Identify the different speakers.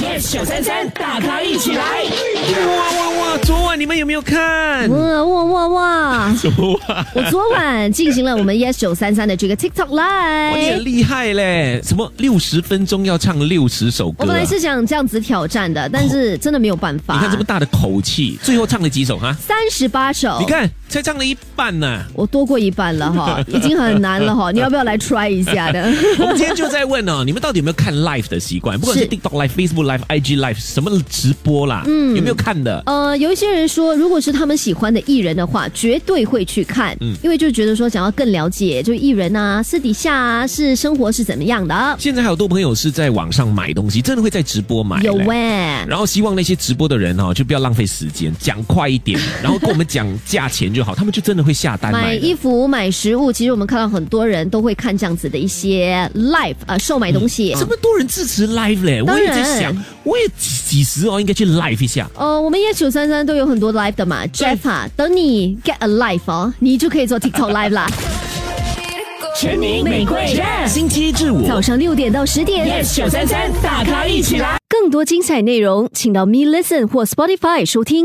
Speaker 1: Yes 九三三，大咖一起来！
Speaker 2: 哇哇哇！昨晚你们有没有看？
Speaker 3: 哇哇哇哇！
Speaker 2: 昨晚
Speaker 3: 我昨晚进行了我们 Yes 九三三的这个 TikTok
Speaker 2: 哇你很
Speaker 3: Live。
Speaker 2: 厉害嘞！什么六十分钟要唱六十首歌、啊
Speaker 3: 我本来是想这样子挑战的，但是真的没有办法。
Speaker 2: 你看这么大的口气，最后唱了几首哈？
Speaker 3: 三十八首，
Speaker 2: 你看才唱了一半呢、
Speaker 3: 我多过一半了 哈，已经很难了哈。你要不要来 try 一下的？
Speaker 2: 我们今天就在问 哦，你们到底有没有看 live 的习惯？不管是
Speaker 3: 是
Speaker 2: TikTok live、Facebook live、IG live，什么直播啦，
Speaker 3: 嗯
Speaker 2: 有没有看的？
Speaker 3: 呃，有一些人说，如果是他们喜欢的艺人的话，绝对会去看，
Speaker 2: 嗯
Speaker 3: 因为就觉得说想要更了解，就艺人啊，私底下啊，是生活是怎么样的。
Speaker 2: 现在还有多朋友是在网上买东西，真的会在直播买嘞
Speaker 3: 有喂、
Speaker 2: 然后希望那些直播的人哦，就不要浪费时间，讲快一点，然后跟我们讲价钱就好，他们就真的会下单
Speaker 3: 买
Speaker 2: 买的。
Speaker 3: 衣服、买食物，其实我们看到很多人都会看这样子的一些 live 呃，售卖东
Speaker 1: 嗯
Speaker 3: 西。
Speaker 2: 这么多人支持 live 嘞，我
Speaker 3: 当然
Speaker 2: 也在想，我也几几时哦应该去 live 一下。
Speaker 3: 呃，我们夜九三三都有很多 live 的嘛，Jeff 啊，等你 get a life 哦，你就可以做 TikTok live 啦。
Speaker 1: 全民玫瑰 Yes
Speaker 2: 星期一至五
Speaker 3: 早上六点到十点
Speaker 1: Yes 九三三，大咖一起来！
Speaker 3: 更多精彩内容，请到 Me Listen 或 Spotify 收听。